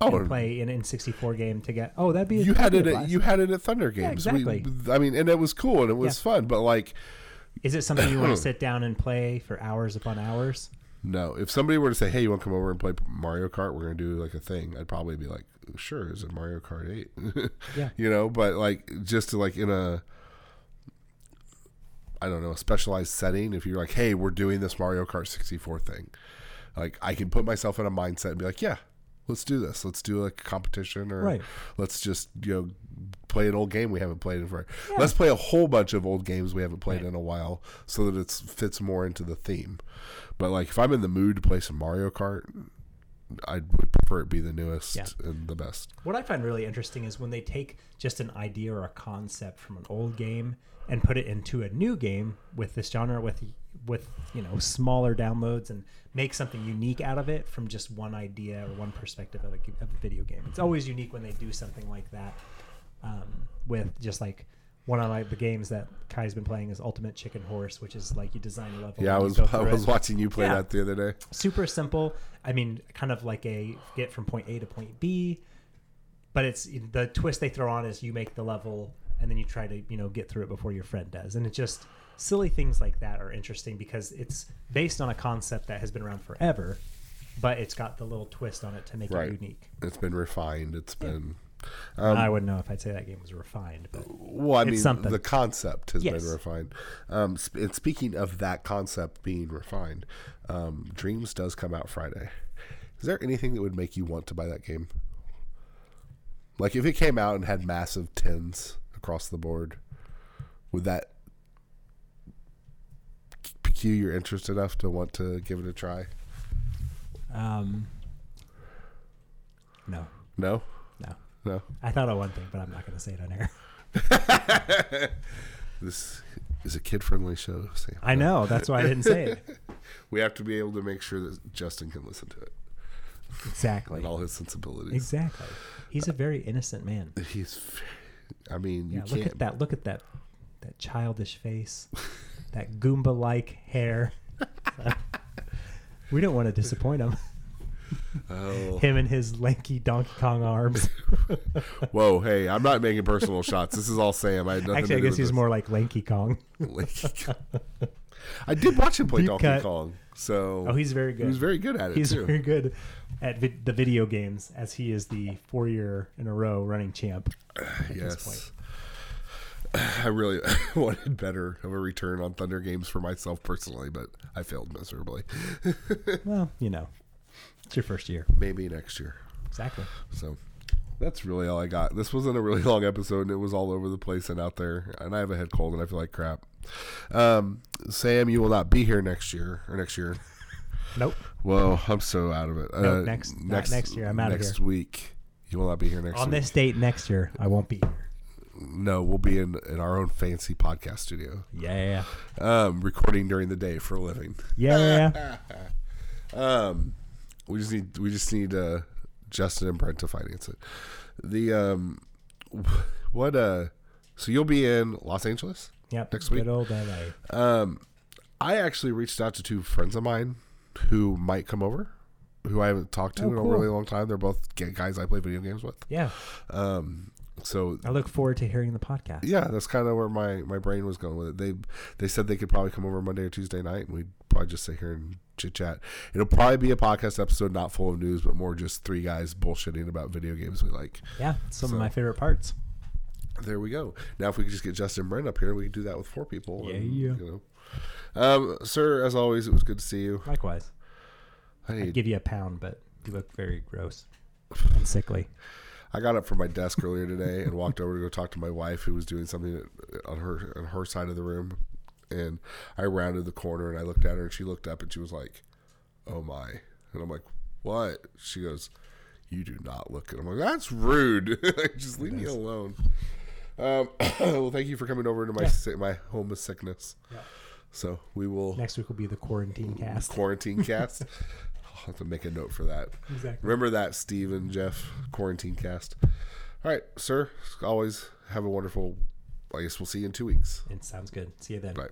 Speaker 1: Oh,
Speaker 3: and play an N64 game together oh that'd be a-
Speaker 1: you had
Speaker 3: that'd
Speaker 1: it
Speaker 3: be a
Speaker 1: at
Speaker 3: blast.
Speaker 1: you had it at Thunder Games. We,
Speaker 3: exactly.
Speaker 1: I mean, and it was cool and it was
Speaker 3: Yeah.
Speaker 1: fun, but like
Speaker 3: is it something you want to sit down and play for hours upon hours
Speaker 1: No, if somebody were to say, "Hey, you want to come over and play Mario Kart? We're gonna do like a thing," I'd probably be like, "Sure." Is it Mario Kart Eight?
Speaker 3: Yeah.
Speaker 1: you know, but like just to like in a, I don't know, a specialized setting. If you're like, "Hey, we're doing this Mario Kart 64 thing," like I can put myself in a mindset and be like, "Yeah, let's do this. Let's do like a competition, or
Speaker 3: Right.
Speaker 1: let's just you know play an old game we haven't played in forever. Let's play a whole bunch of old games we haven't played in a while, so that it fits more into the theme." But like, if I'm in the mood to play some Mario Kart, I would prefer it be the newest
Speaker 3: Yeah.
Speaker 1: and the best.
Speaker 3: What I find really interesting is when they take just an idea or a concept from an old game and put it into a new game with this genre with with you know smaller downloads and make something unique out of it from just one idea or one perspective of a, g- of a video game. It's always unique when they do something like that. Um, with just like one of like the games that Kai's been playing is Ultimate Chicken Horse, which is like you design a level.
Speaker 1: Yeah, I
Speaker 3: and you
Speaker 1: was
Speaker 3: go
Speaker 1: I
Speaker 3: through
Speaker 1: was
Speaker 3: it
Speaker 1: watching you play
Speaker 3: Yeah.
Speaker 1: that the other day.
Speaker 3: super simple. I mean, kind of like a get from point A to point B, but it's the twist they throw on is you make the level and then you try to you know get through it before your friend does, and it just silly things like that are interesting because it's based on a concept that has been around forever, but it's got the little twist on it to make
Speaker 1: Right.
Speaker 3: it unique.
Speaker 1: It's been refined. It's been
Speaker 3: I wouldn't know if I'd say that game was refined, but
Speaker 1: well. I mean,
Speaker 3: something.
Speaker 1: the concept has
Speaker 3: Yes.
Speaker 1: been refined. Um, sp- and speaking of that concept being refined, um, Dreams does come out Friday. Is there anything that would make you want to buy that game? Like if it came out and had massive tens across the board, would that pique your interest enough to want to give it a try?
Speaker 3: um, no,
Speaker 1: No,
Speaker 3: no.
Speaker 1: no.
Speaker 3: I thought of one thing, but I'm not going to say it on air.
Speaker 1: This is a kid-friendly show. Sam.
Speaker 3: I know that's why I didn't say it.
Speaker 1: We have to be able to make sure that Justin can listen to it
Speaker 3: Exactly.
Speaker 1: and all his sensibilities.
Speaker 3: Exactly. He's a very innocent man.
Speaker 1: He's, very- I mean,
Speaker 3: Yeah,
Speaker 1: you
Speaker 3: look
Speaker 1: can't.
Speaker 3: at that. Look at that. That childish face. that Goomba-like hair. we don't want to disappoint him.
Speaker 1: Oh,
Speaker 3: Him and his lanky Donkey Kong arms.
Speaker 1: whoa! Hey, I'm not making personal shots. This is all Sam. I had nothing
Speaker 3: Actually, I
Speaker 1: to do
Speaker 3: guess
Speaker 1: with
Speaker 3: he's
Speaker 1: this.
Speaker 3: more like Lanky Kong.
Speaker 1: I did watch him play
Speaker 3: Deep
Speaker 1: Donkey
Speaker 3: cut.
Speaker 1: Kong, so
Speaker 3: Oh, he's very good.
Speaker 1: he was very good at it
Speaker 3: He's
Speaker 1: too.
Speaker 3: very good at vi- the video games, as he is the four-year in a row running champ.
Speaker 1: yes. I really wanted better of a return on Thunder Games for myself personally, but I failed miserably.
Speaker 3: Well, you know, it's your first year.
Speaker 1: Maybe next year.
Speaker 3: Exactly.
Speaker 1: So that's really all I got. This wasn't a really long episode, and it was all over the place and out there. And I have a head cold, and I feel like crap. Um, Sam, you will not be here next year or next year.
Speaker 3: Nope.
Speaker 1: Whoa, I'm so out of it. Uh,
Speaker 3: No, next- not next year. I'm out of
Speaker 1: next
Speaker 3: here.
Speaker 1: week. You will not be here next
Speaker 3: On
Speaker 1: week.
Speaker 3: this date next year, I won't be here.
Speaker 1: No, we'll be in, in our own fancy podcast studio,
Speaker 3: Yeah.
Speaker 1: um, recording during the day for a living.
Speaker 3: Yeah.
Speaker 1: Um, we just need we just need uh, Justin and Brent to finance it. The um, wh- what uh, so you'll be in Los Angeles.
Speaker 3: yep.
Speaker 1: Next week.
Speaker 3: Good old LA.
Speaker 1: I actually reached out to two friends of mine who might come over, who I haven't talked to
Speaker 3: Oh,
Speaker 1: in
Speaker 3: cool.
Speaker 1: a really long time. They're both g- guys I play video games with.
Speaker 3: Yeah.
Speaker 1: Um, so
Speaker 3: I look forward to hearing the podcast.
Speaker 1: yeah, that's kind of where my, my brain was going with it. They they said they could probably come over Monday or Tuesday night, and we'd probably just sit here and chit chat. It'll probably be a podcast episode, not full of news, but more just three guys bullshitting about video games we like.
Speaker 3: Yeah. It's some
Speaker 1: So-
Speaker 3: of my favorite parts.
Speaker 1: There we go. Now, if we could just get Justin Brent up here, we could do that with four people. and,
Speaker 3: Yeah.
Speaker 1: you know. Um, sir, as always, it was good to see you.
Speaker 3: Likewise.
Speaker 1: I
Speaker 3: I'd
Speaker 1: need.
Speaker 3: give you a pound, but you look very gross and sickly.
Speaker 1: I got up from my desk earlier today and walked over to go talk to my wife, who was doing something on her on her side of the room. And I rounded the corner and I looked at her, and she looked up and she was like, "Oh my!" And I'm like, "What?" She goes, "You do not look." And I'm like, "That's rude. Like, Just leave me alone." Um, well, thank you for coming over to my
Speaker 3: Yeah.
Speaker 1: si- my home of sickness. So we will
Speaker 3: Next week will be the quarantine cast.
Speaker 1: quarantine cast. I'll have to make a note for that.
Speaker 3: Exactly.
Speaker 1: Remember that, Steve and Jeff, quarantine cast. All right, sir. As always, have a wonderful. I guess we'll see you in two weeks.
Speaker 3: It sounds good. See you then.
Speaker 1: Bye.